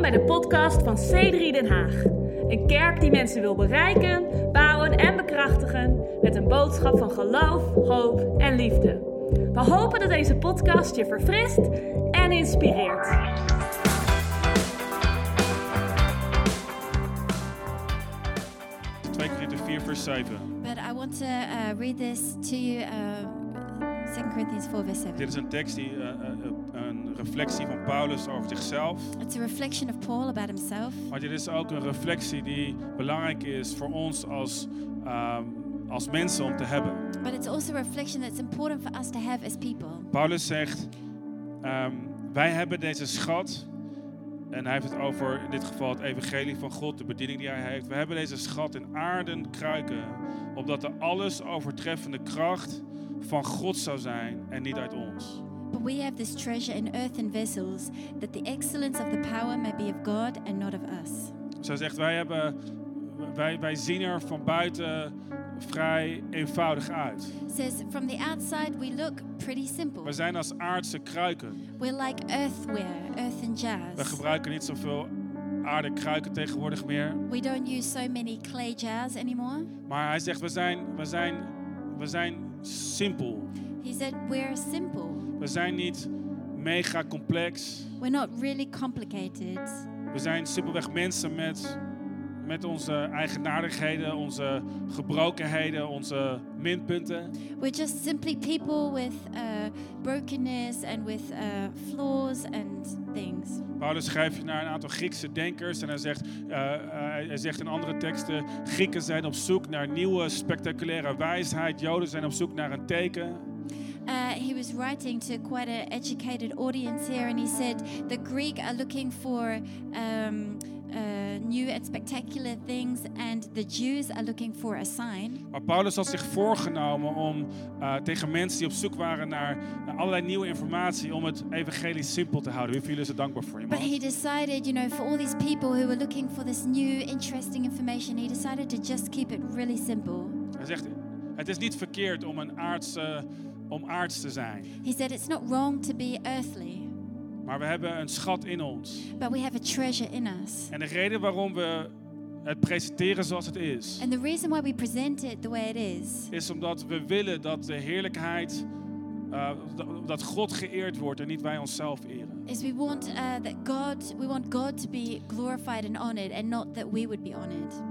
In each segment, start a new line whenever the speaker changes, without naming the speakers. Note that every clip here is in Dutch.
bij de podcast van C3 Den Haag. Een kerk die mensen wil bereiken, bouwen en bekrachtigen met een boodschap van geloof, hoop en liefde. We hopen dat deze podcast je verfrist en inspireert.
Twee Korinther 4, vers 7.
But I want to uh, read this to you, uh, 2 Corinthians 4, verse 7.
Dit is een tekst die eh, eh, eh, een reflectie van Paulus over zichzelf.
It's a reflection of Paul about himself,
Maar dit is ook een reflectie die belangrijk is voor ons als, ehm, als mensen om te hebben.
but it's also a reflection that's important for us to have as people.
Paulus zegt: ehm, Wij hebben deze schat. En hij heeft het over in dit geval het evangelie van God, de bediening die hij heeft. We hebben deze schat in aarden kruiken, opdat de alles overtreffende kracht van God zou zijn en niet uit ons.
But we have this treasure in earthen vessels, that the excellence of the power may be of God and not of us.
Zij zegt, wij, hebben, wij, wij zien er van buiten vrij eenvoudig uit.
It says, From the outside, we look pretty simple.
We zijn als aardse kruiken.
We're like earthware, earthen
We
jars.
gebruiken niet zoveel aarde kruiken tegenwoordig meer.
We don't use so many clay jars anymore.
Maar hij zegt, we zijn, we zijn, we zijn simpel.
He said, We're simple.
We zijn niet mega complex.
We're not really complicated.
We zijn simpelweg mensen met, met onze eigenaardigheden, onze gebrokenheden, onze minpunten.
We're just simply people with uh, brokenness and with uh, flaws and things.
Paulus schrijft naar een aantal Griekse denkers en hij zegt, eh, eh, hij zegt in andere teksten, Grieken zijn op zoek naar nieuwe spectaculaire wijsheid, Joden zijn op zoek naar een teken.
Uh, he was writing to quite an educated audience here, and he said the Greek are looking for um, uh, new and spectacular things, and the Jews are looking for a sign.
Maar Paulus had zich voorgenomen om eh, tegen mensen die op zoek waren naar eh, allerlei nieuwe informatie, om het evangelie simpel te houden. Wie van jullie is er dankbaar voor?
But
Iemand?
he decided, you know, for all these people who were looking for this new, interesting information, he decided to just keep it really simple.
Hij zegt, het is niet verkeerd om een aardse, om aards te zijn,
He said it's not wrong to be earthly,
maar we hebben een schat in ons.
but we have a treasure in us.
En de reden waarom we het presenteren zoals het is,
And the reason why we present it the way it is
is omdat we willen dat de heerlijkheid, eh, d- dat God geëerd wordt en niet wij onszelf eren.
is we want uh, that God, we want God to be glorified and honored, and not that we would be honored.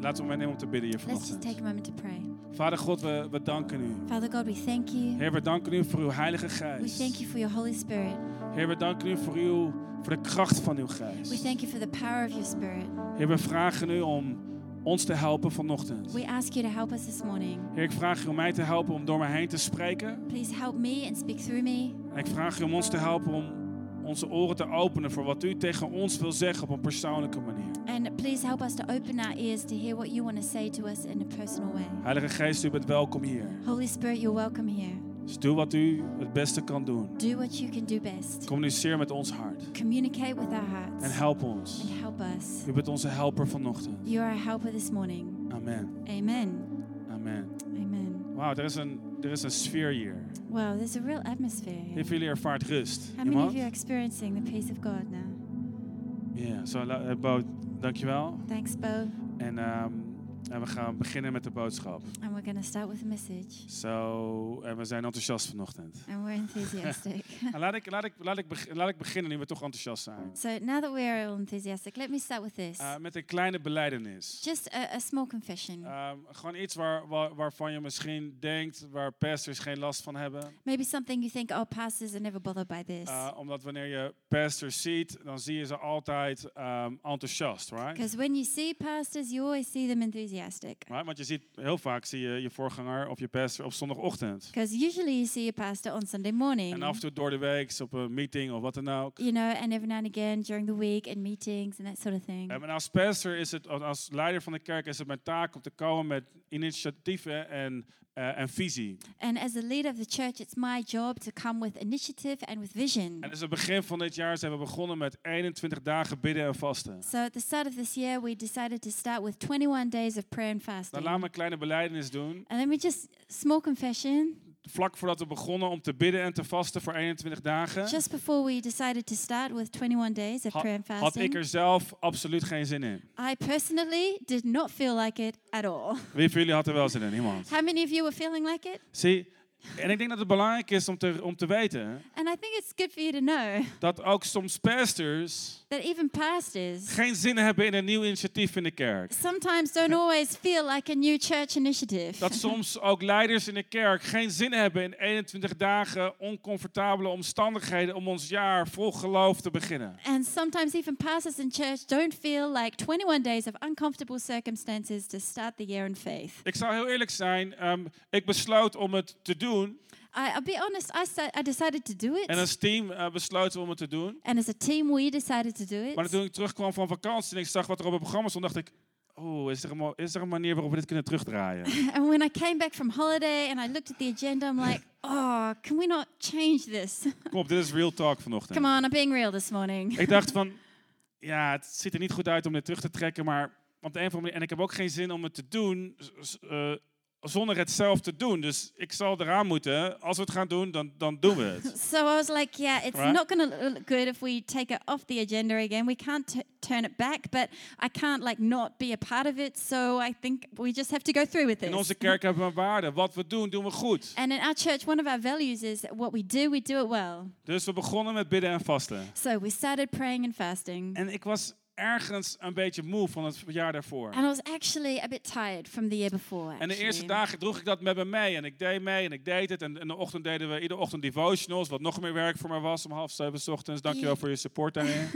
Laten we moment nemen om te bidden hier
Let's just take
vanochtend.
a moment to pray.
Vader God, we, we danken u.
Father God, we thank you.
Heer, we danken u voor uw heilige
We
geest.
thank you for your Holy Spirit.
Heer, we danken u voor, uw, voor de kracht van uw
We
geest.
thank you for the power of your Spirit.
Heer, we vragen u om ons te helpen vanochtend.
We ask you to help us this morning.
Heer, ik vraag u om mij te helpen om door me heen te spreken.
Please help me and speak through me.
En ik vraag u om ons te helpen om onze oren te openen voor wat u tegen ons wil zeggen op een persoonlijke manier.
And please help us to open our ears to hear what you want to say to us in a personal way.
Heilige Geest, u bent welkom hier.
Holy Spirit, you're welcome here.
Dus doe wat u het beste kan doen.
Do what you can do best.
Communiceer met ons hart.
Communicate with our
En
hearts
help ons.
and help us.
U bent onze helper vanochtend.
You are our helper this morning.
Amen.
Amen.
Amen.
Amen.
Wauw, er, is een- er is een sfeer hier.
Wow, there's a real atmosphere
Heel
here.
veel jullie ervaart rust.
How many of
Iemand?
you are experiencing the peace of God now?
Ja, zo, la- eh, Bo, dankjewel.
Thanks, Bo.
En ehm, en we gaan beginnen met de boodschap.
And we're going to start with a message.
Zo, en we zijn enthousiast vanochtend.
And we're enthusiastic.
En laat, ik, laat, ik, laat, ik beg- laat ik beginnen, nu we toch enthousiast zijn.
so now that we're all enthusiastic, let me start with this.
Eh, met een kleine beleidenis.
Just a, a small confession.
Ehm, gewoon iets waar, waar- waarvan je misschien denkt, waar pastors geen last van hebben.
Maybe something you think, oh, pastors are never bothered by this.
Eh, omdat wanneer je pastors ziet, dan zie je ze altijd ehm, enthousiast, right?
Because when you see pastors, you always see them enthusiastic.
Right? Want je ziet heel vaak zie je je voorganger of je pastor op zondagochtend.
Because usually you see a pastor on Sunday morning.
En af en toe door de week op een meeting of wat dan ook.
you know, and every now and again during the week in meetings and that sort of thing.
En Eh, als pastor is het, als leider van de kerk is het mijn taak om te komen met initiatieven en, eh, en visie.
And as a leader of the church, it's my job to come with initiative and with vision.
En dus het begin van dit jaar zijn we begonnen met 21 dagen bidden en vasten.
So at the start of this year, we decided to start with 21 days of prayer and fasting.
Nou, Dan laat me een kleine beleidenis doen.
And then we just, small confession,
vlak voordat we begonnen om te bidden en te vasten voor 21 dagen,
Just before we decided to start with 21 days of
ha-
prayer and
had ik
fasting,
er zelf absoluut geen zin in.
I personally did not feel like it at all.
Wie van jullie had er wel zin in? Niemand.
How many of you were feeling like it?
Zie, en ik denk dat het belangrijk is om te, om te weten
And I think it's good for you to know
dat ook soms pastors
that even pastors
geen zin hebben in een nieuw initiatief in de kerk.
sometimes don't always feel like a new church initiative.
Dat soms ook leiders in de kerk geen zin hebben in 21 dagen oncomfortabele omstandigheden om ons jaar vol geloof te beginnen.
And sometimes even pastors in church don't feel like 21 days of uncomfortable circumstances to start the year in faith.
Ik zou heel eerlijk zijn, ehm, ik besloot om het te doen.
I, I'll be honest, I, sta- I decided to do
En
it.
als team eh, besloten we om het te doen.
And as a team, we decided to do
Maar
it.
toen ik terugkwam van vakantie en ik zag wat er op het programma stond, dacht ik... Oh, is er, een, mo- is er een manier waarop we dit kunnen terugdraaien?
And when I came back from holiday and I looked at the agenda, I'm like, oh, can we not change this?
Kom op, dit is real talk vanochtend.
Come on, I'm being real this morning.
Ik dacht van, ja, het ziet er niet goed uit om dit terug te trekken, maar op de een of andere manier, en ik heb ook geen zin om het te doen z- z- eh, zonder het zelf te doen. Dus ik zal eraan moeten, als we het gaan doen, dan, dan doen we het.
So I was like, yeah, it's
Right.
not going to look good if we take it off the agenda again. We can't t- turn it back, but I can't like not be a part of it. So I think we just have to go through with
In
this.
onze kerk hebben we een waarde. Wat we doen, doen we goed.
And in our church, one of our values is that what we do, we do it well.
Dus we begonnen met bidden en vasten.
So we started praying and fasting.
En ik was ergens een beetje moe van het jaar daarvoor.
And I was actually a bit tired from the year before.
En de eerste
actually.
dagen droeg ik dat met me mee. En ik deed mee en ik deed het. En in de ochtend deden we iedere ochtend devotionals. Wat nog meer werk voor me was om half zeven 's ochtends. Dankjewel voor je support daarin.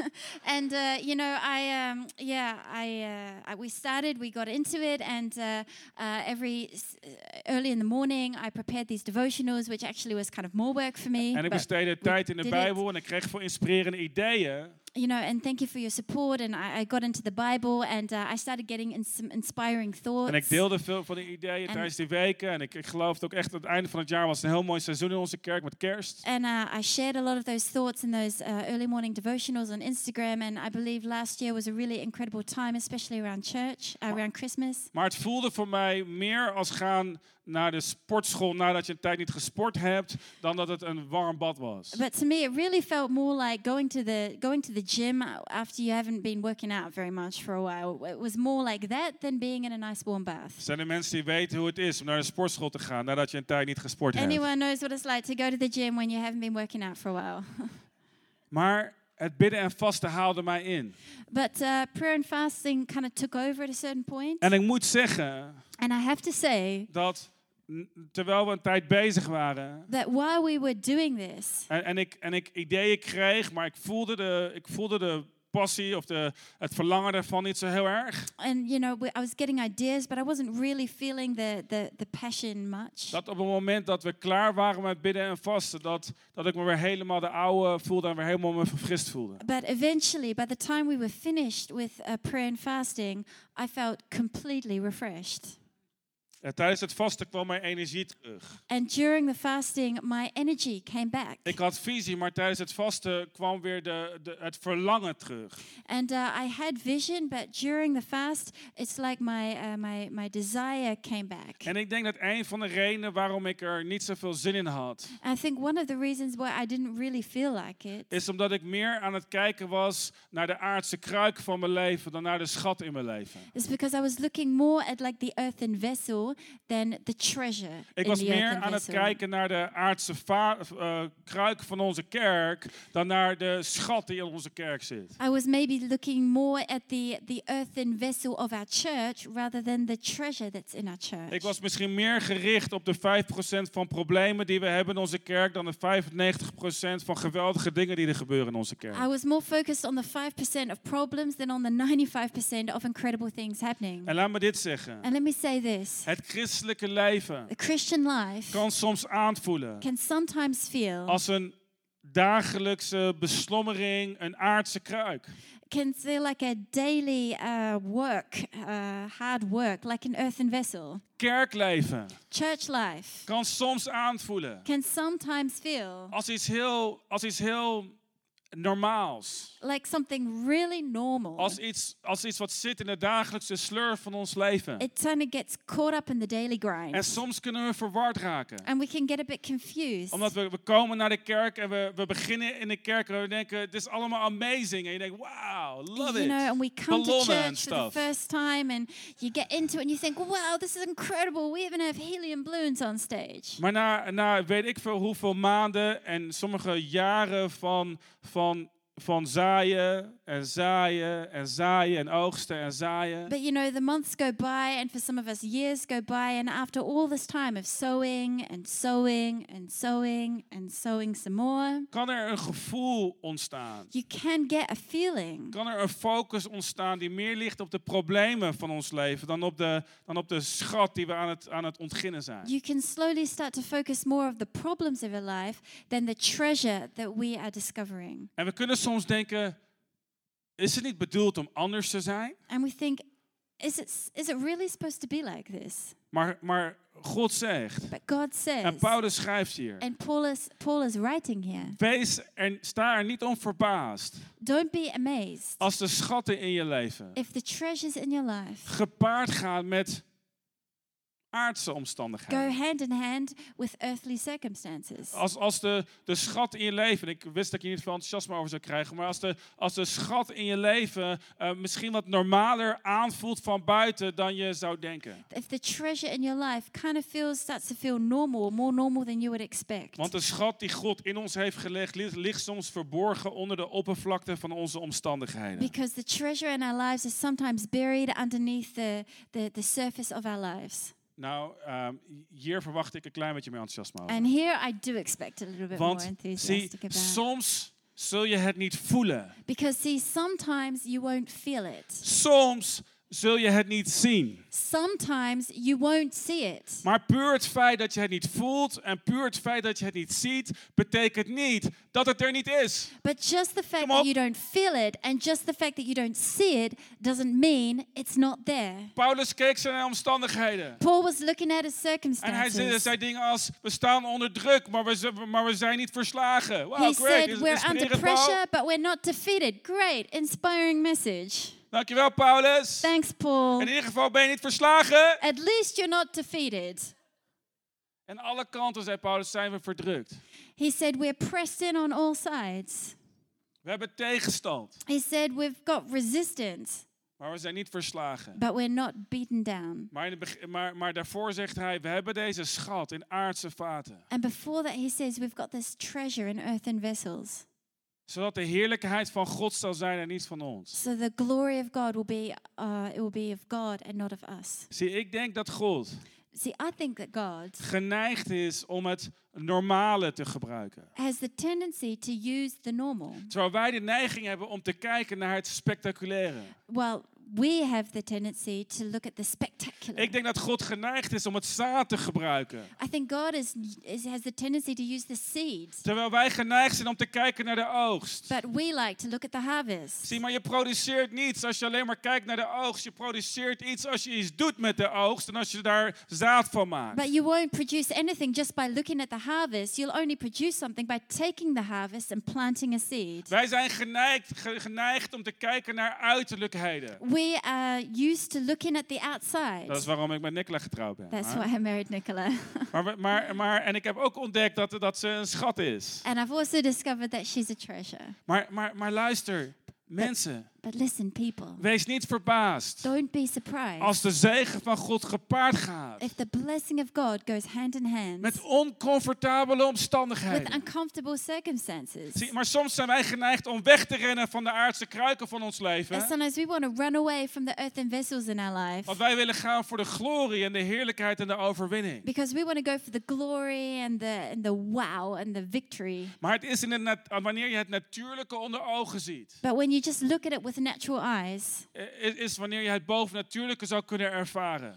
And uh, you know, I um, yeah, I, uh, I we started, we got into it, and uh, uh, every s- early in the morning, I prepared these devotionals, which actually was kind of more work for me.
En ik
but,
besteedde tijd in de
did it.
Bijbel en ik kreeg veel inspirerende ideeën.
you know, and thank you for your support. And I, I got into the Bible, and uh, I started getting in some inspiring thoughts.
En ik deelde veel van die ideeën
En-
tijdens die weken. En ik, ik geloofde ook echt dat het einde van het jaar was een heel mooi seizoen in onze kerk met kerst.
And uh, I shared a lot of those thoughts in those uh, early morning devotionals on Instagram. And I believe last year was a really incredible time, especially around church, uh, around Christmas.
Maar het voelde voor mij meer als gaan naar de sportschool nadat je een tijd niet gesport hebt, dan dat het een warm bad was.
But to me, it really felt more like going to the going to the gym after you haven't been working out very much for a while. It was more like that than being in a nice warm bath.
Zijn er mensen die weten hoe het is om naar de sportschool te gaan nadat je een tijd niet gesport hebt?
Anyone knows what it's like to go to the gym when you haven't been working out for a while.
Maar het bidden en vasten haalde mij in.
but uh, prayer and fasting kind of took over at a certain point.
En ik moet zeggen
And I have to say
dat n- terwijl we een tijd bezig waren,
that while we were doing this,
En, en, ik, en ik ideeën kreeg, maar ik voelde de, ik voelde de passie of de, het verlangen daarvan niet zo heel erg.
and you know, we, I was getting ideas, but I wasn't really feeling the the, the passion much.
Dat op het moment dat we klaar waren met bidden en vasten, dat, dat ik me weer helemaal de oude voelde en weer helemaal me verfrist voelde.
But eventually, by the time we were finished with uh, prayer and fasting, I felt completely refreshed.
En tijdens het vasten kwam mijn energie terug.
And during the fasting, my energy came back.
Ik had visie, maar tijdens het vasten kwam weer de, de, het verlangen terug.
And uh, I had vision, but during the fast, it's like my, uh, my, my desire came back.
En ik denk dat een van de redenen waarom ik er niet zoveel zin in had,
I think one of the reasons why I didn't really feel like it
is omdat ik meer aan het kijken was naar de aardse kruik van mijn leven dan naar de schat in mijn leven.
is because I was looking more at like the earthen vessel than the treasure
Ik
in
was
the
meer
earthen
aan het
vessel.
kijken naar de aardse va- eh, kruik van onze kerk dan naar de schat die in onze kerk zit.
I was maybe looking more at the, the earthen vessel of our church rather than the treasure that's in our church.
Ik was misschien meer gericht op de 5% van problemen die we hebben in onze kerk dan de 95% van geweldige dingen die er gebeuren in onze kerk.
I was more focused on the 5% of problems than on the 95% of incredible things happening.
En laat me dit zeggen.
And let me say this
Het christelijke leven
the Christian life
kan soms aanvoelen
can sometimes feel,
als een dagelijkse beslommering, een aardse kruik.
can feel like a daily uh, work, uh, hard work, like an earthen vessel.
Kerkleven
Church life
kan soms aanvoelen Oh.
can sometimes feel
als iets heel, als iets heel normaals.
like something really normal.
Als iets, als iets wat zit in de dagelijkse slurf van ons leven.
it kind of gets caught up in the daily grind.
En soms kunnen we verward raken.
and we can get a bit confused.
Omdat we, we komen naar de kerk en we, we beginnen in de kerk en we denken, dit is allemaal amazing. En je denkt, wow, love
you
it.
know, and we come to
Ballonnen en
church for the
stuff.
first time, and you get into it, and you think, "Wow, this is incredible! We even have helium balloons on stage."
Maar na, na weet ik veel hoeveel maanden en sommige jaren van, van, van zaaien en zaaien en zaaien en oogsten en zaaien.
But you know, the months go by, and for some of us, years go by, and after all this time of sowing and sowing and sowing and sowing some more,
Kan er een gevoel ontstaan?
you can get a feeling.
Kan er een focus ontstaan die meer ligt op de problemen van ons leven dan op de, dan op de schat die we aan het, aan het ontginnen zijn?
You can slowly start to focus more of the problems of your life than the treasure that we are discovering.
En we kunnen soms denken, is het niet bedoeld om anders te zijn?
And we think, is it, s- is it really supposed to be like this?
Maar, maar God zegt,
But God
en
says,
Paulus schrijft hier,
and Paul is, Paul is writing here,
wees en sta er niet om verbaasd
don't be amazed
als de schatten in je leven
if the treasures in your life
gepaard gaan met aardse
go
omstandigheden.
hand in hand with earthly circumstances.
Als, als de, de schat in je leven, en ik wist dat ik hier niet veel enthousiasme over zou krijgen, maar als de, als de schat in je leven eh, misschien wat normaler aanvoelt van buiten dan je zou denken.
If the treasure in your life kind of feels, starts to feel normal, more normal than you would expect.
Want de schat die God in ons heeft gelegd, ligt, ligt soms verborgen onder de oppervlakte van onze omstandigheden.
Because the treasure in our lives is sometimes buried underneath the, the, the surface of our lives.
Nou, ehm, hier verwacht ik een klein beetje meer enthousiasme over.
And here I do expect a little bit more
Want zie,
enthusiastic about
soms zul je het niet voelen.
Because see, sometimes you won't feel it.
Soms zul je het niet zien.
Sometimes you won't see it.
Maar puur het feit dat je het niet voelt en puur het feit dat je het niet ziet, betekent niet dat het er niet is.
But just the fact
Kom
that
op.
you don't feel it and just the fact that you don't see it doesn't mean it's not there.
Paulus keek zijn naar omstandigheden.
Paul was looking at his
En hij zei,
circumstances.
zei dingen als, we staan onder druk, maar we, z- maar we zijn niet verslagen. Wow, great.
He said,
Is-
We're under
inspirerend, Paul.
pressure, but we're not defeated. Great, inspiring message.
Dankjewel, Paulus.
Thanks, Paul.
In ieder geval ben je niet verslagen.
At least you're not defeated.
En alle kanten, zei Paulus, zijn we verdrukt.
He said, We're pressed in on all sides.
We hebben tegenstand,
He said, We've got resistance,
maar we zijn niet verslagen.
but we're not beaten down.
Maar, in het beg- maar, maar daarvoor zegt hij, we hebben deze schat in aardse vaten.
And before that, he says, We've got this treasure in earthen vessels.
Zodat de heerlijkheid van God zal zijn en niet van ons.
So the glory of God will be, uh, it will be of God and not of us.
Zie, ik denk dat God
See, I think that God
geneigd is om het normale te gebruiken.
has the tendency to use the normal,
Terwijl wij de neiging hebben om te kijken naar het spectaculaire.
while we have the tendency to look at the spectacular.
Ik denk dat God geneigd is om het zaad te gebruiken.
I think God is, is has the tendency to use the seeds,
Terwijl wij geneigd zijn om te kijken naar de oogst.
but we like to look at the harvest.
Zie, maar je produceert niets als je alleen maar kijkt naar de oogst. Je produceert iets als je iets doet met de oogst en als je daar zaad van maakt.
But you won't produce anything just by looking at the harvest. You'll only produce something by taking the harvest and planting a seed.
Wij zijn geneigd, ge- geneigd om te kijken naar uiterlijkheden.
We are used to looking at the outside.
Dat is waarom ik met Nicola getrouwd ben.
That's
maar,
why I married Nicola.
maar, we- maar, maar- en ik heb ook ontdekt dat, dat ze een schat is.
and I've also discovered that she's a treasure.
Maar, maar, maar luister, mensen,
But listen, people,
wees niet verbaasd
don't be surprised
als de zegen van God gepaard gaat
if the blessing of God goes hand in hand
met oncomfortabele
with
omstandigheden.
uncomfortable circumstances.
Zie, maar soms zijn wij geneigd om weg te rennen van de aardse kruiken van ons
And
leven.
sometimes we want to run away from the earthen vessels in our life
Want wij willen gaan voor de glorie en de heerlijkheid en de overwinning.
because we want to go for the glory and the and the wow and the victory.
Maar het is in het nat- wanneer je het natuurlijke onder ogen ziet,
But when you just look at it with natural eyes,
eh, is, is wanneer je het bovennatuurlijke zou kunnen ervaren.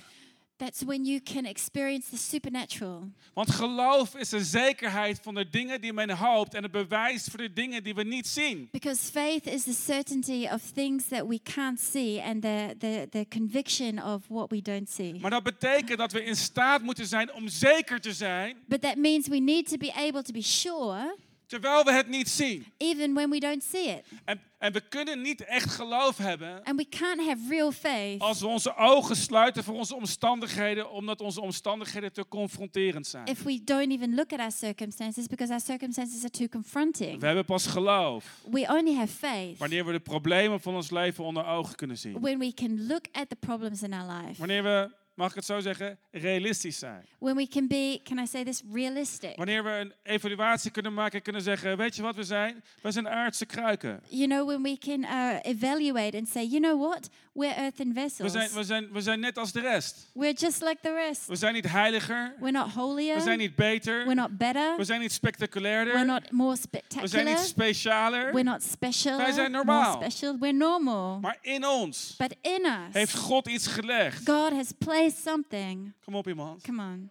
that's when you can experience the supernatural.
Want geloof is de zekerheid van de dingen die men hoopt en het bewijs voor de dingen die we niet zien.
Because faith is the certainty of things that we can't see and the, the, the conviction of what we don't see.
Maar dat betekent dat we in staat moeten zijn om zeker te zijn
But that means we need to be able to be sure
Terwijl we het niet zien.
even when we don't see it.
En, en we kunnen niet echt geloof hebben
And we can't have real faith
als we onze ogen sluiten voor onze omstandigheden, omdat onze omstandigheden te confronterend zijn.
if we don't even look at our circumstances because our circumstances are too confronting.
We hebben pas geloof
We only have faith
wanneer we de problemen van ons leven onder ogen kunnen zien.
when we can look at the problems in our life,
Wanneer we, mag ik het zo zeggen, realistisch zijn.
when we can be, can I say this, realistic.
Wanneer we een evaluatie kunnen maken en kunnen zeggen, weet je wat we zijn? We zijn aardse kruiken.
You know, when we can uh, evaluate and say, you know what, we're earthen
We
vessels.
zijn, we, zijn, we zijn net als de rest.
We're just like the rest.
We zijn niet heiliger.
We're not holier.
We zijn niet
We're
beter.
not better.
We zijn niet
We're
spectaculairder.
not more
We zijn
spectacular.
niet specialer.
We're not special.
Wij zijn
More
normaal.
special. We're normal.
Maar in ons
But in us,
heeft God iets gelegd.
God has placed something.
Kom op iemand.
Come on.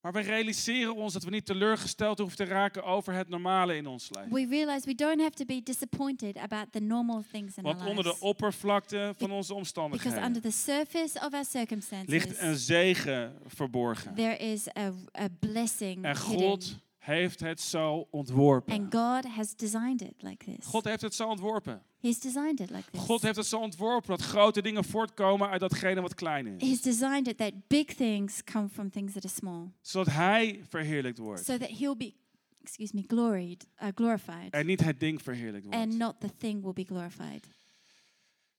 Maar we realiseren ons dat we niet teleurgesteld hoeven te raken over het normale in ons leven.
We realize we don't have to be disappointed about the normal things in
Want
our
onder de
lives.
oppervlakte van onze
Because under
omstandigheden
the surface of our circumstances,
ligt een zegen verborgen.
there is a, a blessing
En
hidden.
God heeft het zo ontworpen.
And God has designed it like this.
God heeft het zo ontworpen.
He's designed it like this.
God heeft het zo ontworpen dat grote dingen voortkomen uit datgene wat klein is.
He's designed it that big things come from things that are small,
Zodat Hij verheerlijkt wordt
so that He'll be, excuse me, gloried, uh, glorified,
en niet het ding verheerlijkt
and
wordt.
not the thing will be glorified.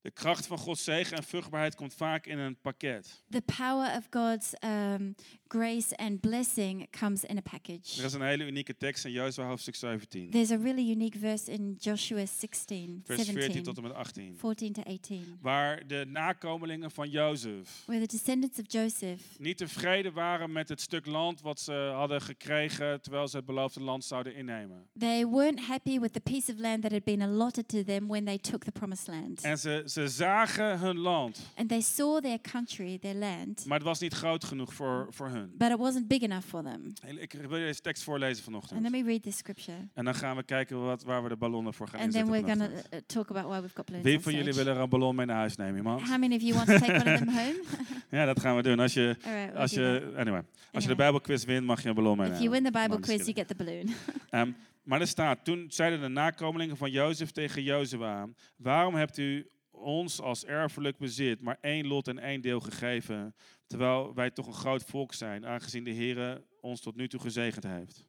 De kracht van Gods zegen en vruchtbaarheid komt vaak in een pakket.
The power of God's um, grace and blessing comes in a package.
Er is een hele unieke tekst in Jozua hoofdstuk 17,
There's a really unique verse in Joshua 16,
vers 14 tot
17,
en met 18.
14 to 18,
Waar de nakomelingen van Jozef
where the descendants of Joseph
niet tevreden waren met het stuk land wat ze hadden gekregen terwijl ze het beloofde land zouden innemen.
they weren't happy with the piece of land that had been allotted to them when they took the promised land.
En ze, ze zagen hun land,
And they saw their country, their land,
maar het was niet groot genoeg voor, voor hun.
but it wasn't big enough for them.
Ik wil je deze tekst voorlezen
And let
vanochtend.
me read this scripture.
En dan gaan we kijken wat, waar we de ballonnen voor gaan
And then we're
inzetten.
going to
vanochtend.
uh, talk about why we've got balloons
Wie
on
van jullie
stage.
willen er een ballon mee naar huis nemen,
How
iemand?
many of you want to take one of them home?
Ja, dat gaan we doen. Als je,
All right, we'll
als
do
je, anyway, als je de
Anyway.
Bijbelquiz wint, mag je een ballon
that.
meenemen.
If you win the Bible
Nee, dat is
quiz, you get the balloon.
Ehm, maar er staat, toen zeiden de nakomelingen van Jozef tegen Jozua, waarom hebt u ons als erfelijk bezit maar één lot en één deel gegeven, terwijl wij toch een groot volk zijn, aangezien de Heer ons tot nu toe gezegend heeft?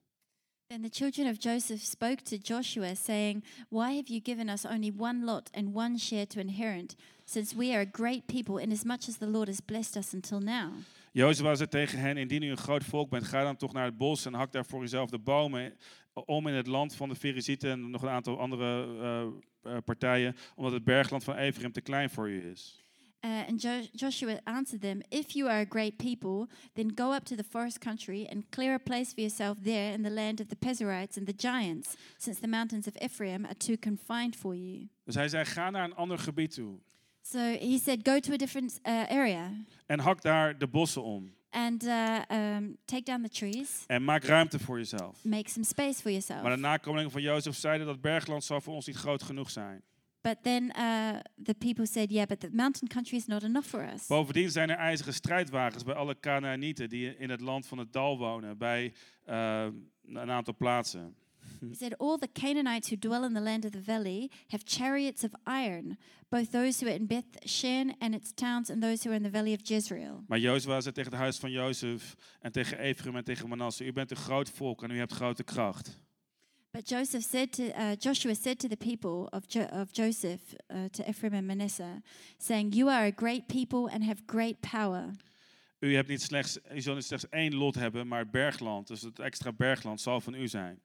Then the children of Joseph spoke to Joshua, saying, Why have you given us only one lot and one share to inherit, since we are a great people, inasmuch as the Lord has blessed us until now?
Jozua zei tegen hen, indien u een groot volk bent, ga dan toch naar het bos en hak daar voor uzelf de bomen om in het land van de Ferizieten en nog een aantal andere eh, eh, partijen, omdat het bergland van Ephraim te klein voor u is.
Uh, and jo- Joshua answered them, If you are a great people, then go up to the forest country and clear a place for yourself there in the land of the Pezerites and the giants, since the mountains of Ephraim are too confined for you.
Dus hij zei, ga naar een ander gebied toe
So he said, Go to a different uh, area
en hak daar de bossen om.
and uh, um, take down the trees,
En maak ruimte voor jezelf.
make some space for yourself.
Maar de nakomelingen van Jozef zeiden dat bergland zal voor ons niet groot genoeg zijn.
But then uh, the people said, Yeah, but the mountain country is not enough for us.
Bovendien zijn er ijzeren strijdwagens bij alle Canaanieten die in het land van het dal wonen, bij eh, een aantal plaatsen.
He said, All the Canaanites who dwell in the land of the valley have chariots of iron, both those who are in Beth Shan and its towns and those who are in the valley of Jezreel.
Maar Jozua zei tegen het huis van Jozef en tegen Ephraim en tegen Manasse, u bent een groot volk en u hebt grote kracht.
But Joseph said to, uh, Joshua said to the people of, jo- of Joseph, uh, to Ephraim and Manasseh, saying, You are a great people and have great power.
U, hebt niet slechts, u zult niet slechts één lot hebben, maar het bergland, dus het extra bergland, zal van u zijn.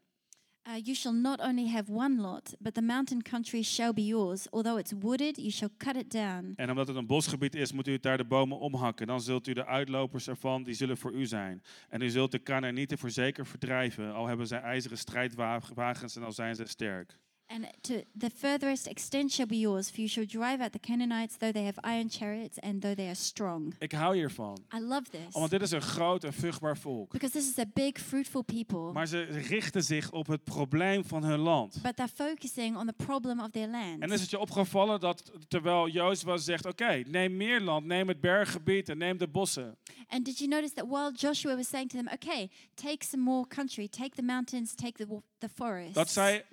Uh, you shall not only have one lot, but the mountain country shall be yours. Although it's wooded, you shall cut it down.
En omdat het een bosgebied is, moet u daar de bomen omhakken. Dan zult u de uitlopers ervan, die zullen voor u zijn. En u zult de Canaanieten voor zeker verdrijven, al hebben zij ijzeren strijdwagens en al zijn zij sterk.
And to the furthest extent shall be yours, for you shall drive out the Canaanites, though they have iron chariots and though they are strong.
Ik hou hiervan.
I love this
Want dit is een groot en vruchtbaar volk.
because this is a big, fruitful people,
Maar ze richten zich op het probleem van hun land.
but they're focusing on the problem of their
En
land.
is het je opgevallen dat terwijl Jozua zegt, oké, neem meer land, neem het berggebied en neem de bossen.
And did you notice that while Joshua was saying to them, okay, take some more country, take the mountains, take the, wa- the
Dat
forests,
zij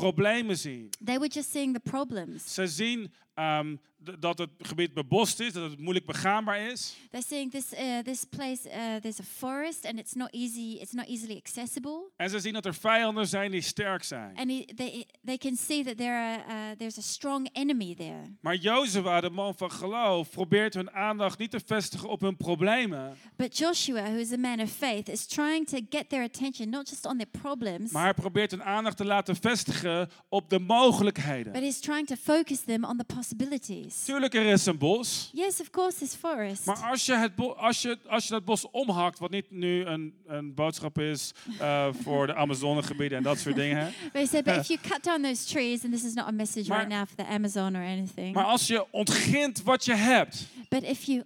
problemen zien.
they were just seeing the problems.
Ze zien ehm, d- dat het gebied bebost is, dat het moeilijk begaanbaar is.
They're saying this, uh, this place, uh, there's a forest and it's not easy, it's not easily accessible.
En ze zien dat er vijanden zijn die sterk zijn.
And he, they, they can see that there are, uh, there's a strong enemy there.
Maar Jozua, de man van geloof, probeert hun aandacht niet te vestigen op hun problemen,
But Joshua, who is a man of faith, is trying to get their attention not just on their problems,
maar hij probeert hun aandacht te laten vestigen op de mogelijkheden.
but he's trying to focus them on the possibilities.
Tuurlijk, er is een bos.
Yes, of course, this forest.
Maar als je, het bo- als, je, als je dat bos omhakt, wat niet nu een, een boodschap is eh, voor de Amazonegebieden en dat soort dingen.
But he said, but if you cut down those trees, and this is not a message
Maar-
right now for the Amazon or anything,
Maar als je ontgint wat je hebt,
but if you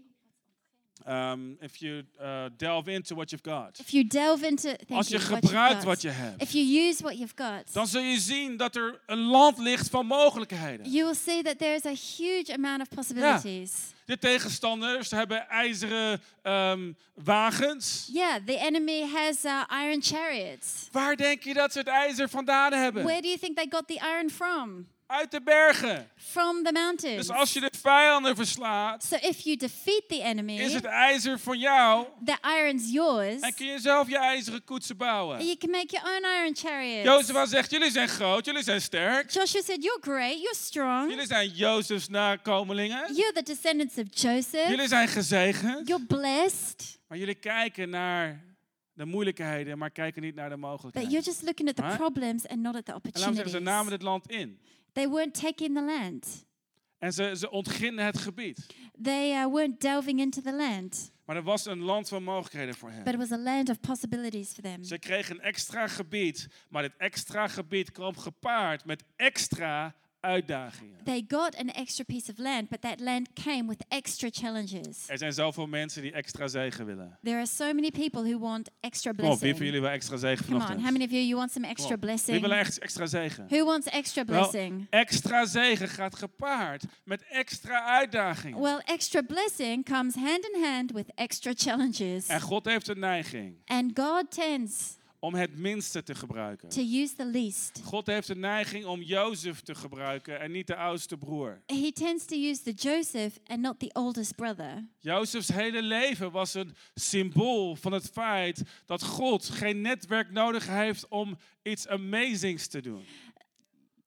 um, if you eh, delve into what you've got.
if you delve into thank
Als je
you, what you've
gebruikt
got.
wat je hebt,
if you use what you've got,
dan zul je zien dat er een land ligt van mogelijkheden.
you will see that there is a huge amount of possibilities.
De tegenstanders hebben ijzeren ehm, wagens.
Yeah, the enemy has uh, iron chariots.
Waar denk je dat ze het ijzer vandaan
Where
hebben?
do you think they got the iron from?
Uit de bergen.
From the mountains.
Dus als je de vijanden verslaat,
So if you defeat the enemy,
is het ijzer van jou
the iron's yours.
En kun je zelf je ijzeren koetsen
And
bouwen.
you can make your own iron chariot.
Jozua zegt, jullie zijn groot, jullie zijn sterk.
Joshua said, You're great, you're strong.
Jullie zijn Jozefs nakomelingen.
You're the descendants of Joseph.
Jullie zijn gezegend.
You're blessed.
Maar jullie kijken naar de moeilijkheden, maar kijken niet naar de
But you're
mogelijkheden.
just looking at the
Right.
problems and not at the
En daarom zeggen ze, namen
opportunities.
dit land in.
They weren't taking the land,
En ze, ze ontginnen het gebied.
they uh, weren't delving into the land.
Maar er was een land van mogelijkheden voor
But
hen.
it was a land of possibilities for them.
Ze kregen een extra gebied, maar dit extra gebied kwam gepaard met extra uitdagingen.
They got an extra piece of land, but that land came with extra challenges.
Er zijn zoveel mensen die extra zegen willen.
There are so many people who want extra
Kom op, wie van
blessing.
jullie wil extra zegen
Come on,
vanochtend?
how many of you you want some
Kom
extra
op. Wie
blessing?
wil echt extra zegen?
Who wants extra
Wel,
blessing?
extra zegen gaat gepaard met extra uitdagingen.
Well, extra blessing comes hand in hand with extra challenges.
en God heeft een neiging
And God tends
om het minste te gebruiken.
to use the least.
God heeft een neiging om Jozef te gebruiken en niet de oudste broer.
He tends to use the Joseph and not the oldest brother.
Jozefs hele leven was een symbool van het feit dat God geen netwerk nodig heeft om iets amazings te doen.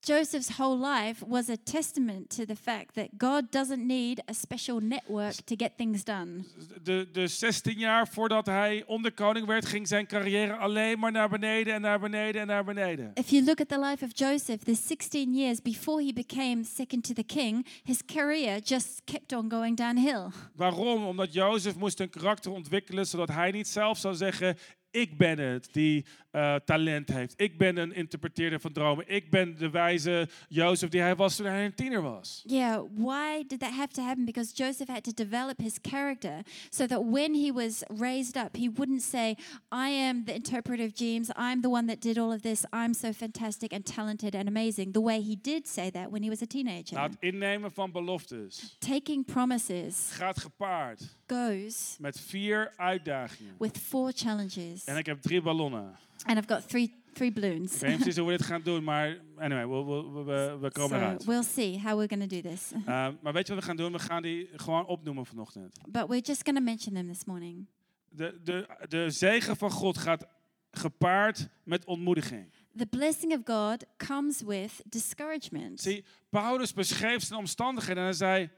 Joseph's whole life was a testament to the fact that God doesn't need a special network to get things done.
De, de 16 jaar voordat hij onderkoning werd, ging zijn carrière alleen maar naar beneden en naar beneden en naar beneden.
If you look at the life of Joseph, the 16 years before he became second to the king, his career just kept on going downhill.
Waarom? Omdat Jozef moest een karakter ontwikkelen, zodat hij niet zelf zou zeggen: Ik ben het die eh, talent heeft. Ik ben een interpreteerder van dromen. Ik ben de wijze Jozef die hij was toen hij een tiener was.
Yeah, why did that have to happen? Because Joseph had to develop his character so that when he was raised up, he wouldn't say, I am the interpreter of dreams, I'm the one that did all of this, I'm so fantastic and talented and amazing, the way he did say that when he was a teenager.
Nou, het innemen van beloftes
Taking promises
gaat gepaard
goes
met vier uitdagingen.
with four challenges.
En ik heb drie ballonnen.
And I've got three three
Ik
balloons.
weet niet precies hoe we dit gaan doen, maar anyway, we, we, we- we, we komen
So
eruit.
we'll see how we're going to do this.
Eh, maar weet je wat we gaan doen? We gaan die gewoon opnoemen vanochtend.
But we're just going to mention them this morning.
De, de, de zegen van God gaat gepaard met ontmoediging.
The blessing of God comes with discouragement.
Zie, Paulus beschreef zijn omstandigheden en hij zei: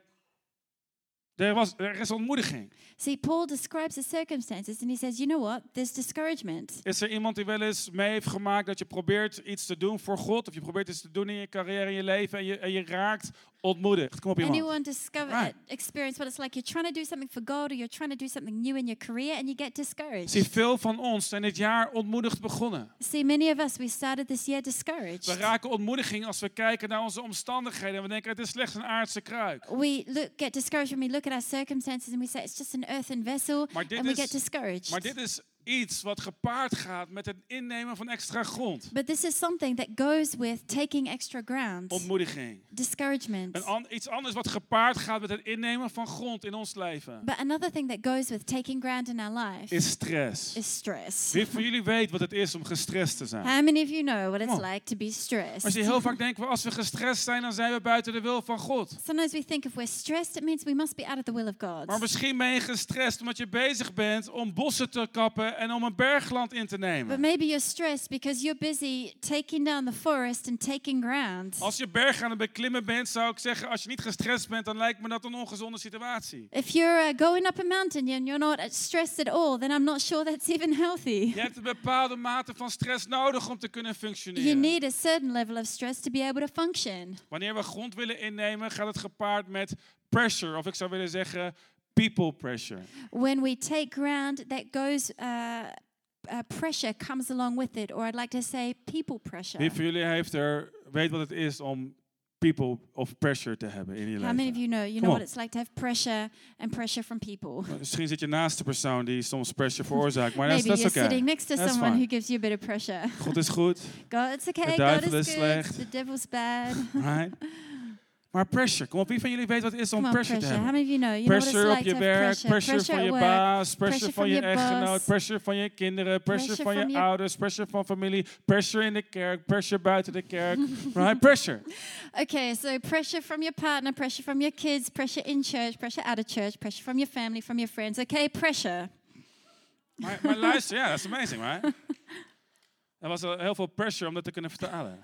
Er, was, er is ontmoediging.
See, Paul describes the circumstances and he says, you know what? There's discouragement.
Is er iemand die wel eens mee heeft gemaakt dat je probeert iets te doen voor God? Of je probeert iets te doen in je carrière, in je leven en je, en je raakt ontmoedigd? Kom op iemand.
Anyone discover
Right.
uh, experience what it's like you're trying to do something for God or you're trying to do something new in your career and you get discouraged.
Zie, veel van ons zijn dit jaar ontmoedigd begonnen.
See, many of us we started this year discouraged.
We raken ontmoediging als we kijken naar onze omstandigheden. En we denken, het is slechts een aardse kruik.
We look get discouraged when we look at our circumstances and we say it's just an earthen vessel
Maar dit
and we
is-
get discouraged.
Maar dit is iets wat gepaard gaat met het innemen van extra grond.
But this is something that goes with taking extra ground.
Ontmoediging.
Discouragement.
Een an- iets anders wat gepaard gaat met het innemen van grond in ons leven.
But another thing that goes with taking ground in our life
Is stress.
is stress.
Wie van jullie weet wat het is om gestrest te zijn?
How many of you know what it's
Come on.
like to be
Als
stressed?
je heel vaak denkt, "Wel, als we gestrest zijn, dan zijn we buiten de wil van God.
Sometimes we think if we're stressed, it means we must be out of the will of God.
Maar misschien ben je gestrest omdat je bezig bent om bossen te kappen en om een bergland in te
But
nemen.
maybe you're stressed because you're busy taking down the forest and taking ground.
Als je berg aan het beklimmen bent, zou ik zeggen, als je niet gestrest bent, dan lijkt me dat een ongezonde situatie.
If you're uh, going up a mountain and you're not uh, stressed at all, then I'm not sure that's even healthy.
Je hebt een bepaalde mate van stress nodig om te kunnen
You
functioneren.
need a certain level of stress to be able to function.
Wanneer we grond willen innemen, gaat het gepaard met pressure, of ik zou willen zeggen people pressure.
When we take ground, that goes, uh, uh, pressure comes along with it, or I'd like to say people pressure.
Wie van jullie heeft er, weet wat het is om people of pressure te hebben in je
How many of
leven?
you know? You
Come
know what
on.
it's like to have pressure and pressure from people.
Misschien zit je naast de persoon die soms pressure veroorzaakt, maar dat is
Maybe
dat is
you're
oké.
sitting next to
That's
someone
fine.
who gives you a bit of pressure.
God is goed,
God, it's okay. God
duivel is
is good.
slecht.
The devil's bad.
right? Maar pressure, kom op, wie van jullie weet wat het is om
Come on,
pressure
pressure.
te
How
hebben?
many of you know? You know
Pressure
what
op
it's like
je
to
werk,
have pressure.
pressure, van
at
je
work.
baas, pressure
pressure
van
van
je
je boss,
echtgenoot, pressure van je kinderen, pressure
pressure
van
van
je
je-
ouders, pressure van familie, pressure in de kerk, pressure buiten de kerk, right? Pressure.
Okay, so pressure from your partner, pressure from your kids, pressure in church, pressure out of church, pressure from your family, from your friends. Okay, pressure.
Maar, maar luister, ja, dat is amazing, right? Er was al heel veel pressure om dat te kunnen vertalen.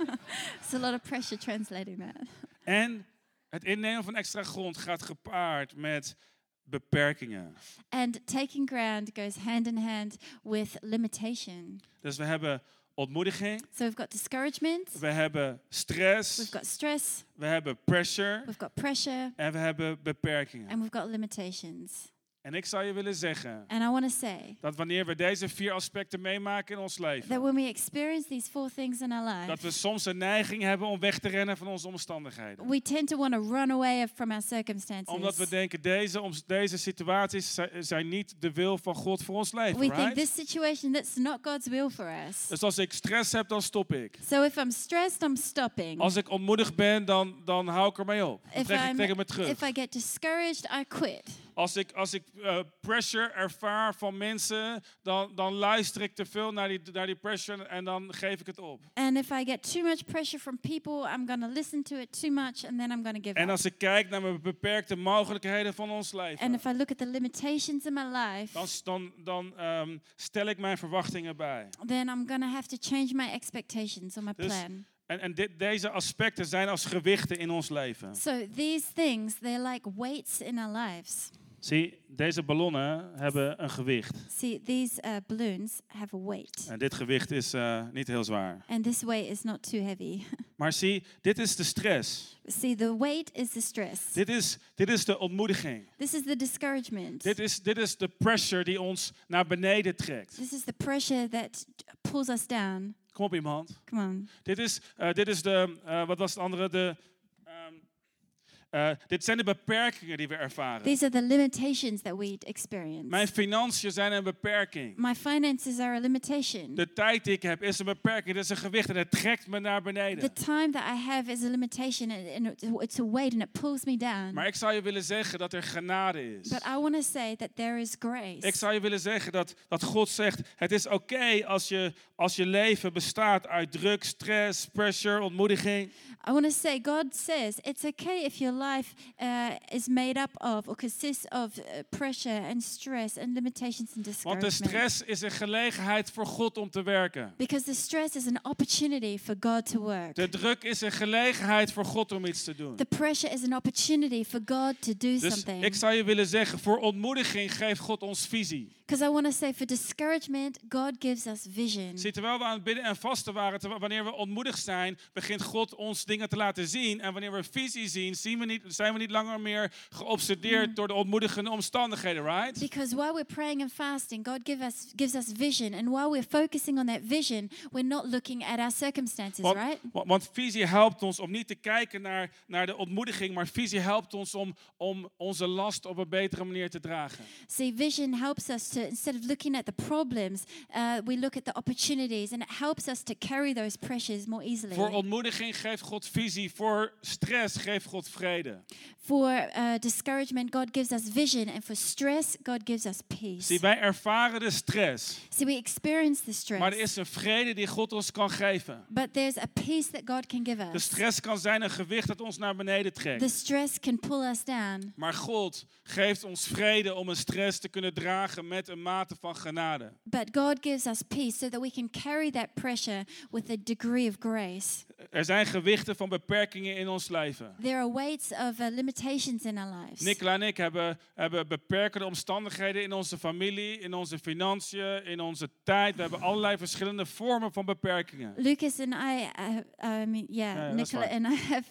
It's a lot of pressure translating that.
En het innemen van extra grond gaat gepaard met beperkingen.
And taking ground goes hand in hand with limitation.
Dus we hebben ontmoediging,
So we've got discouragement,
we hebben
we've
stress,
got stress,
we hebben pressure
we've got pressure,
en we hebben beperkingen.
and we've got limitations.
En ik zou je willen zeggen
And I want to say
dat wanneer we deze vier aspecten meemaken in ons
that
leven,
when we experience these four things in our
dat
life,
we soms een neiging hebben om weg te rennen van onze omstandigheden.
we tend to want to run away from our circumstances.
Omdat we denken, deze, oms- deze situaties zi- zijn niet de wil van God voor ons leven.
we think
right?
this situation that's not God's will for us.
Dus als ik stress heb, dan stop ik.
So if I'm stressed, I'm stopping.
Als ik ontmoedigd ben, dan, dan hou ik ermee op. Dan
If,
trek ik
I'm-
tegen me terug.
if I get discouraged, I quit.
Als ik, als ik eh, pressure ervaar van mensen, dan, dan luister ik te veel naar die, naar die pressure en dan geef ik het op.
And if I get too much pressure from people, I'm going to listen to it too much and then I'm going to give
En
up.
als ik kijk naar mijn beperkte mogelijkheden van ons
And
leven,
if I look at the limitations in my life,
dan, s- dan, dan ehm, stel ik mijn verwachtingen bij.
then I'm going to have to change my expectations or my
Dus-
plan.
En, en dit, deze aspecten zijn als gewichten in ons leven.
So these things, they're like weights in our lives.
Zie, deze ballonnen hebben een gewicht.
See, these uh, balloons have a weight.
En dit gewicht is eh, niet heel zwaar.
And this weight is not too heavy.
Maar zie, dit is de stress.
See, the weight is the stress.
Dit is, dit is de ontmoediging.
This is the discouragement.
Dit is, dit is de pressure die ons naar beneden trekt.
This is the pressure that pulls us down.
Kom op iemand.
Come on.
Dit is, eh, dit is de, eh, wat was het andere? De, ehm, eh, dit zijn de beperkingen die we ervaren.
These are the limitations that we experience.
Mijn financiën zijn een beperking.
My finances are a limitation.
De tijd die ik heb is een beperking. Dit is een gewicht en het trekt me naar
The
beneden.
time that I have is a limitation and, and it's a- it's a weight and it pulls me down.
Maar ik zou je willen zeggen dat er genade is.
But I want to say that there is grace.
Ik zou je willen zeggen dat, dat God zegt: Het is oké als, je, als je leven bestaat uit druk, stress, pressure, ontmoediging.
I want to say God says it's okay if your life uh, is made up of or consists of uh, pressure and stress and limitations and
Want de
discouragement.
stress is een gelegenheid voor God om te werken.
Because the stress is an opportunity for God to work.
De druk is een gelegenheid voor God om iets te doen.
The pressure is an opportunity for God to do
Dus
something.
ik zou je willen zeggen, voor ontmoediging geeft God ons visie.
Because I want to say, for discouragement, God gives us vision.
Zie, terwijl we aan het bidden en vasten waren, terwijl- wanneer we ontmoedigd zijn, begint God ons dingen te laten zien. En wanneer we visie zien, zien we niet, zijn we niet langer meer geobsedeerd door de ontmoedigende omstandigheden, right?
Because while we're praying and fasting, God give us, gives us vision. And while we're focusing on that vision, we're not looking at our circumstances,
Want,
right?
wa- want visie helpt ons om niet te kijken naar, naar de ontmoediging, maar visie helpt ons om, om onze last op een betere manier te dragen.
See, vision helps us to, instead of looking at the problems, uh, we look at the opportunities and it helps us to carry those pressures more easily.
Voor ontmoediging geeft God visie, voor stress geeft God vrede.
For uh, discouragement, God gives us vision. And for stress, God gives us peace.
Zie, wij ervaren de stress.
See, we experience the
Maar er
stress,
is een vrede die God ons kan geven.
but there's a peace that God can give
De
us.
stress kan zijn een gewicht dat ons naar beneden
The
trekt.
stress can pull us down.
Maar God geeft ons vrede om een stress te kunnen dragen met een mate van genade.
But God gives us peace so that we can carry that pressure with a degree of grace.
Er zijn gewichten van beperkingen in ons leven.
There are weights of uh, limitations in our lives.
Nicola en ik hebben, hebben beperkende omstandigheden in onze familie, in onze financiën, in onze tijd. We hebben allerlei verschillende vormen van beperkingen.
Lucas and I, uh, I mean,
Yeah,
yeah,
that's
Nicola
fine.
and I have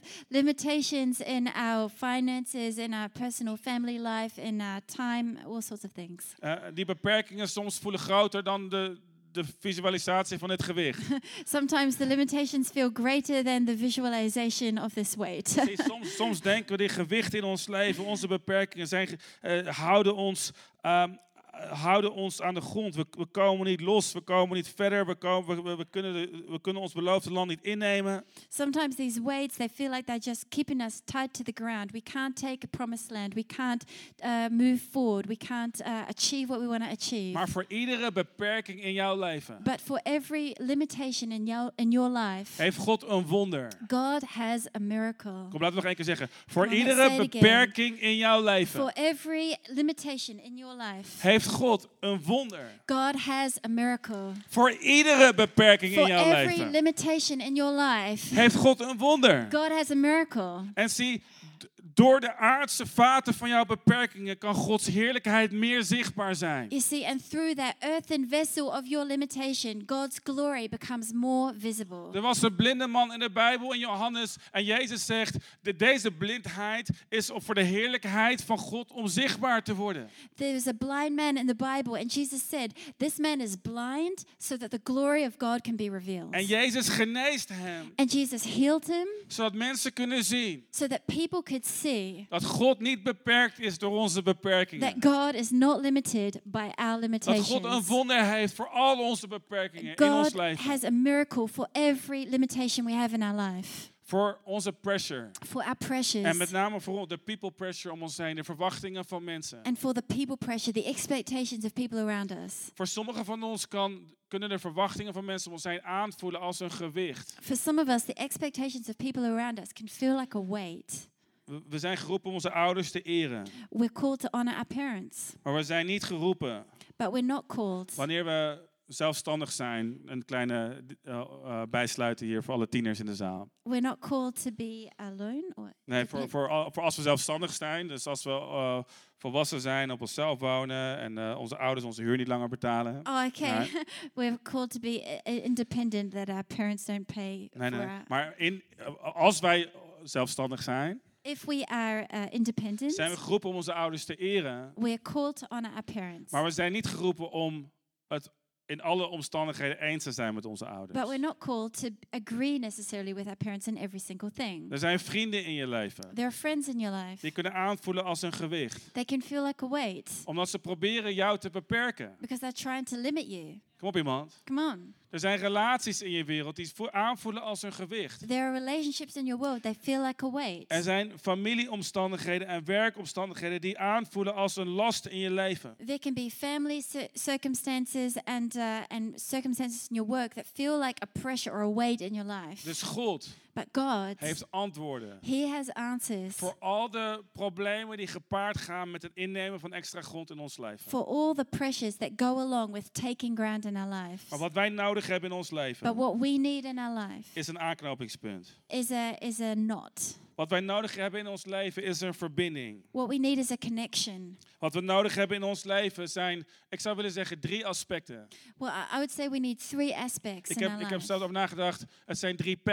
limitations in our finances, in our personal family life, in our time, all sorts of things.
Eh, die beperkingen soms voelen groter dan de, de visualisatie van het gewicht.
Sometimes the limitations feel greater than the visualization of this weight.
Zie, soms, soms denken we, die gewichten in ons leven, onze beperkingen zijn, ge- eh, houden, ons, ehm, eh, houden ons aan de grond. We, we komen niet los, we komen niet verder, we, komen, we- we, we, kunnen de- we kunnen ons beloofde land niet innemen.
Sometimes these weights, they feel like they're just keeping us tied to the ground. We can't take a promised land. We can't uh, move forward. We can't uh, achieve what we want to achieve.
Maar voor iedere beperking in jouw leven
But for every limitation in your, in your life,
heeft God een wonder.
God has a miracle.
Kom, laten we nog één keer zeggen. Voor
Come on, say
iedere
it again.
beperking in jouw
For
leven
every limitation in your life,
heeft God een wonder.
God has a miracle.
Voor iedere beperking in
For
jouw
every
leven
limitation in your life,
heeft God een wonder.
God has a miracle.
En zie, d- door de aardse vaten van jouw beperkingen kan Gods heerlijkheid meer zichtbaar zijn.
You see, and through that earthen vessel of your limitation, God's glory becomes more visible.
Er was een blinde man in de Bijbel in Johannes en Jezus zegt, "De- deze blindheid is om voor de heerlijkheid van God om zichtbaar te worden.
There was a blind man in the Bible, and Jesus said, This man is blind so that the glory of God can be revealed.
En Jezus geneest hem,
And Jesus healed him
zodat mensen kunnen zien
so that people could see
dat God niet beperkt is door onze beperkingen.
that God is not limited by our
Dat God een
limitations.
wonder heeft voor al onze beperkingen in ons
God
leven.
has a miracle for every limitation we have in our life,
Voor onze pressure.
for our
En met
pressures,
name voor de people pressure om ons heen, de verwachtingen van mensen.
and for the people pressure, the expectations of people around us.
Voor sommigen van ons kan, kunnen de verwachtingen van mensen om ons heen aanvoelen als een gewicht.
For some of us, the expectations of people around us can feel like a weight.
We we zijn geroepen om onze ouders te eren.
We're called to honor our parents,
Maar we zijn niet geroepen
but we're not called
wanneer we zelfstandig zijn. Een kleine eh eh, bijsluiter hier voor alle tieners in de zaal.
We're not called to be alone. Or
Nee, voor, voor, al- voor als we zelfstandig zijn. Dus als we eh, volwassen zijn, op onszelf wonen. En eh, onze ouders onze huur niet langer betalen.
oh, okay.
Nee.
We're called to be i- i- independent, that our parents don't pay
Nee,
for
nee.
our.
Maar in, eh, als wij zelfstandig zijn,
If we are uh, independent,
zijn we geroepen om onze ouders te eren.
we're called to honor our parents.
Maar we zijn niet geroepen om het in alle omstandigheden eens te zijn met onze
But we're
ouders.
not called to agree necessarily with our parents in every single thing.
Er zijn vrienden in je leven
There are friends in your life.
die kunnen aanvoelen als een gewicht,
They can feel like a weight
omdat ze proberen jou te beperken.
because they're trying to limit you.
Kom op iemand.
Come on.
Er zijn relaties in je wereld die vo- aanvoelen als een gewicht.
There are relationships in your world, they feel like a weight.
Er zijn familieomstandigheden en werkomstandigheden die aanvoelen als een last in je leven.
There can be family cir- circumstances and, uh, and circumstances in your work that feel like a pressure or a weight in your life.
Dus God
But God,
heeft antwoorden.
He has answers
Voor al de problemen die gepaard gaan met het innemen van extra grond in ons leven.
for all the pressures that go along with taking ground in our lives.
Maar wat wij nodig hebben in ons
But
leven
what we need in our life
is een aanknopingspunt.
is a is a knot.
Wat wij nodig hebben in ons leven is een verbinding.
What we need is a connection.
Wat we nodig hebben in ons leven zijn, ik zou willen zeggen, drie aspecten.
Well, I, I would say we need three aspects
Ik
in
heb,
our
ik heb
life.
zelf over nagedacht, het zijn drie P's.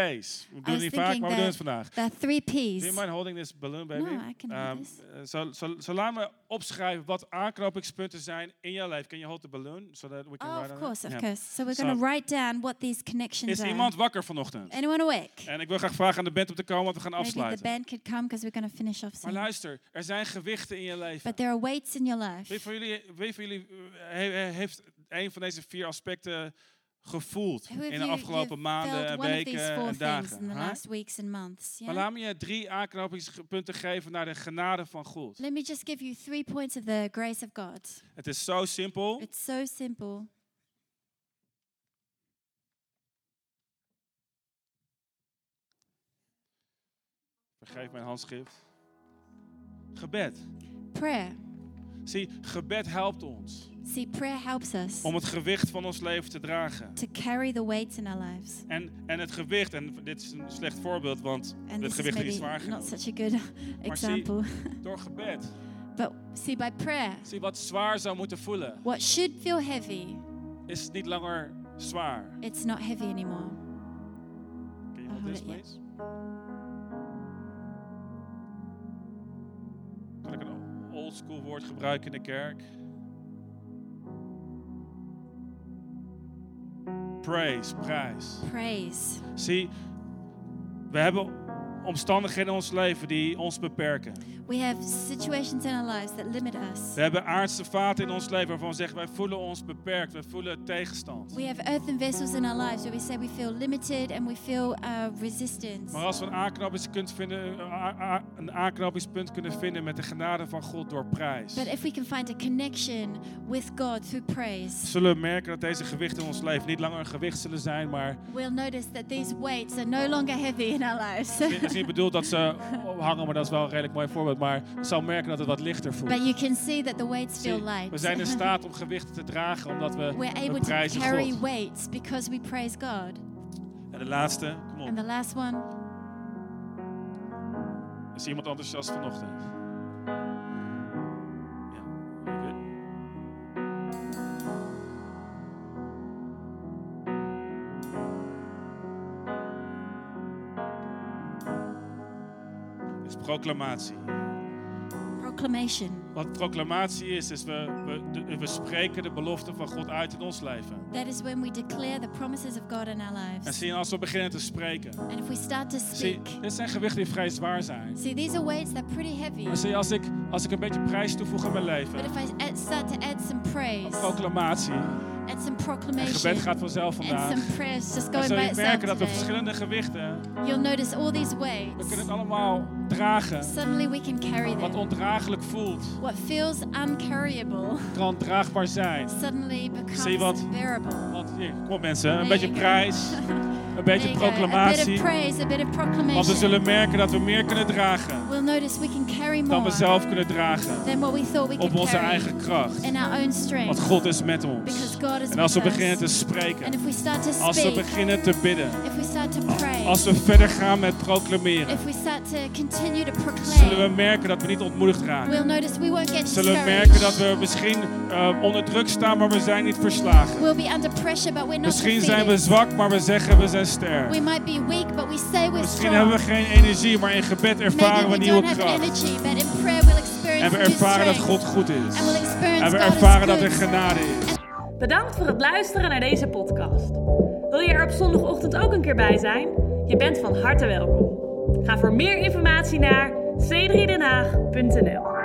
We doen
was
het niet vaak, maar we
thinking
doen
that-
het vandaag.
The three
Do you
P's.
mind holding this balloon, baby?
No, I can hold
Ehm,
this.
eh, Zo zo- zo laat me opschrijven wat aanknopingspunten zijn in jouw leven. Can you hold the balloon? So that we can
Oh,
write
of
on it?
course, of
Ja.
course. So we're
So-
going to write down what these connections
Is
are.
iemand wakker vanochtend?
Anyone awake?
En ik wil graag vragen aan de band om te komen, want we gaan
Maybe the
afsluiten.
band could come because we're going to finish off
Maar
soon.
luister, er zijn gewichten in je leven.
But there are weights in your life.
Wie van jullie, wie van jullie eh, he- he- heeft een van deze vier aspecten gevoeld
Who have
in de
you,
afgelopen
you've
maanden,
felt
en
one of these
weken
four
en
things in
dagen?
the
Huh?
last weeks and months?
Maar
Yeah?
laat me je drie aanknopingspunten geven naar de genade van God.
Let me just give you three points of the grace of God.
Het is zo simpel.
It's so simple.
Vergeef mijn handschrift. Gebed.
Prayer.
Zie, gebed helpt ons
See, prayer helps us
om het gewicht van ons leven te dragen.
to carry the weights in our lives.
En, en het gewicht, en dit is een slecht voorbeeld, want
And
het
this
gewicht
is
is
maybe
zwaar
not
genoeg.
such a good example.
Door gebed.
But see, by prayer,
Zie, wat zwaar zou moeten voelen,
what should feel heavy,
is niet langer zwaar.
it's not heavy anymore.
Can you
Oh,
hold this,
ja.
please? Kan ik een oldschool woord gebruiken in de kerk? Praise, prijs.
Praise.
Zie, we hebben omstandigheden in ons leven die ons beperken.
We have situations in our lives that limit us.
We hebben aardse vaten in ons leven waarvan we zeggen wij voelen ons beperkt, wij voelen tegenstand.
We have earthen vessels in our lives where we say we feel limited and we feel uh, resistance.
Maar als we een aanknopingspunt, kunt vinden, eh, a- a- een aanknopingspunt kunnen vinden met de genade van God door prijs,
But if we can find a connection with God through praise,
zullen we merken dat deze gewichten in ons leven niet langer een gewicht zullen zijn, maar
we'll notice that these weights are no longer heavy in our lives.
het is niet bedoeld dat ze hangen, maar dat is wel een redelijk mooi voorbeeld. Maar je zal merken dat het wat lichter
but
voelt.
you can see that the weights feel
Zie,
light.
We zijn in staat om gewichten te dragen omdat we,
We're
we
able to
prijzen
carry
God.
weights because we praise God.
En de laatste, kom op.
And the last one,
Is iemand enthousiast vanochtend? Ja, oké. Het is proclamatie.
proclamation.
Wat proclamatie is, is we, we, de- we spreken de belofte van God uit in ons leven.
That is when we declare the promises of God in our
En
lives.
zie je, als we beginnen te spreken.
And if we start to
Zie,
speak,
dit zijn gewichten die vrij zwaar zijn.
see, these are weights that are pretty heavy.
Maar zie, als ik, als ik een beetje prijs toevoeg aan mijn
But
leven.
if I add, start to add some praise,
Proclamatie.
add some
Het gebed
proclamation,
gaat vanzelf vandaag.
and some prayers just
Dan
going
zul
by
je
itself
merken dat we
today,
verschillende gewichten,
you'll notice all these
we
weights.
kunnen het allemaal dragen.
Suddenly we can carry
Wat
them.
ondraaglijk voelt,
What feels uncarryable
kan draagbaar zijn.
suddenly becomes
Zie wat-
bearable.
Want hier, kom op mensen, een
Nee,
beetje
ik-
prijs, een beetje
There you go, A bit of
proclamatie.
praise, a bit of
Want we
proclamation.
zullen merken dat we meer kunnen dragen
We'll notice we can carry
dan we
more
zelf kunnen dragen.
than what we thought
Op
we could
onze
carry
eigen kracht.
in our own
Want
strength.
God is met ons.
Because God is
En als we
with us.
beginnen te
And
spreken,
if we start to
als we
speak,
beginnen te bidden,
if we start to pray,
als we verder gaan met proclameren,
if we start to continue to
zullen we
proclaim,
merken dat we niet ontmoedigd raken.
we'll notice we won't get
zullen we
discouraged.
merken dat we misschien eh, onder druk staan, maar we zijn niet verslagen.
We'll be under pressure, but we're not
Misschien zijn we
defeated.
zwak, maar we zeggen we zijn sterk.
We might be weak, but we say we're
Misschien
strong.
hebben we geen energie, maar in gebed ervaren
Maybe
we
we don't
nieuwe
have
kracht.
energy, but in prayer we'll experience
En we
new
ervaren dat
strength.
God goed is.
And we'll experience
En we
God is
ervaren dat er
good.
genade is.
Bedankt voor het luisteren naar deze podcast. Wil je er op zondagochtend ook een keer bij zijn? Je bent van harte welkom. Ga voor meer informatie naar c3denhaag.nl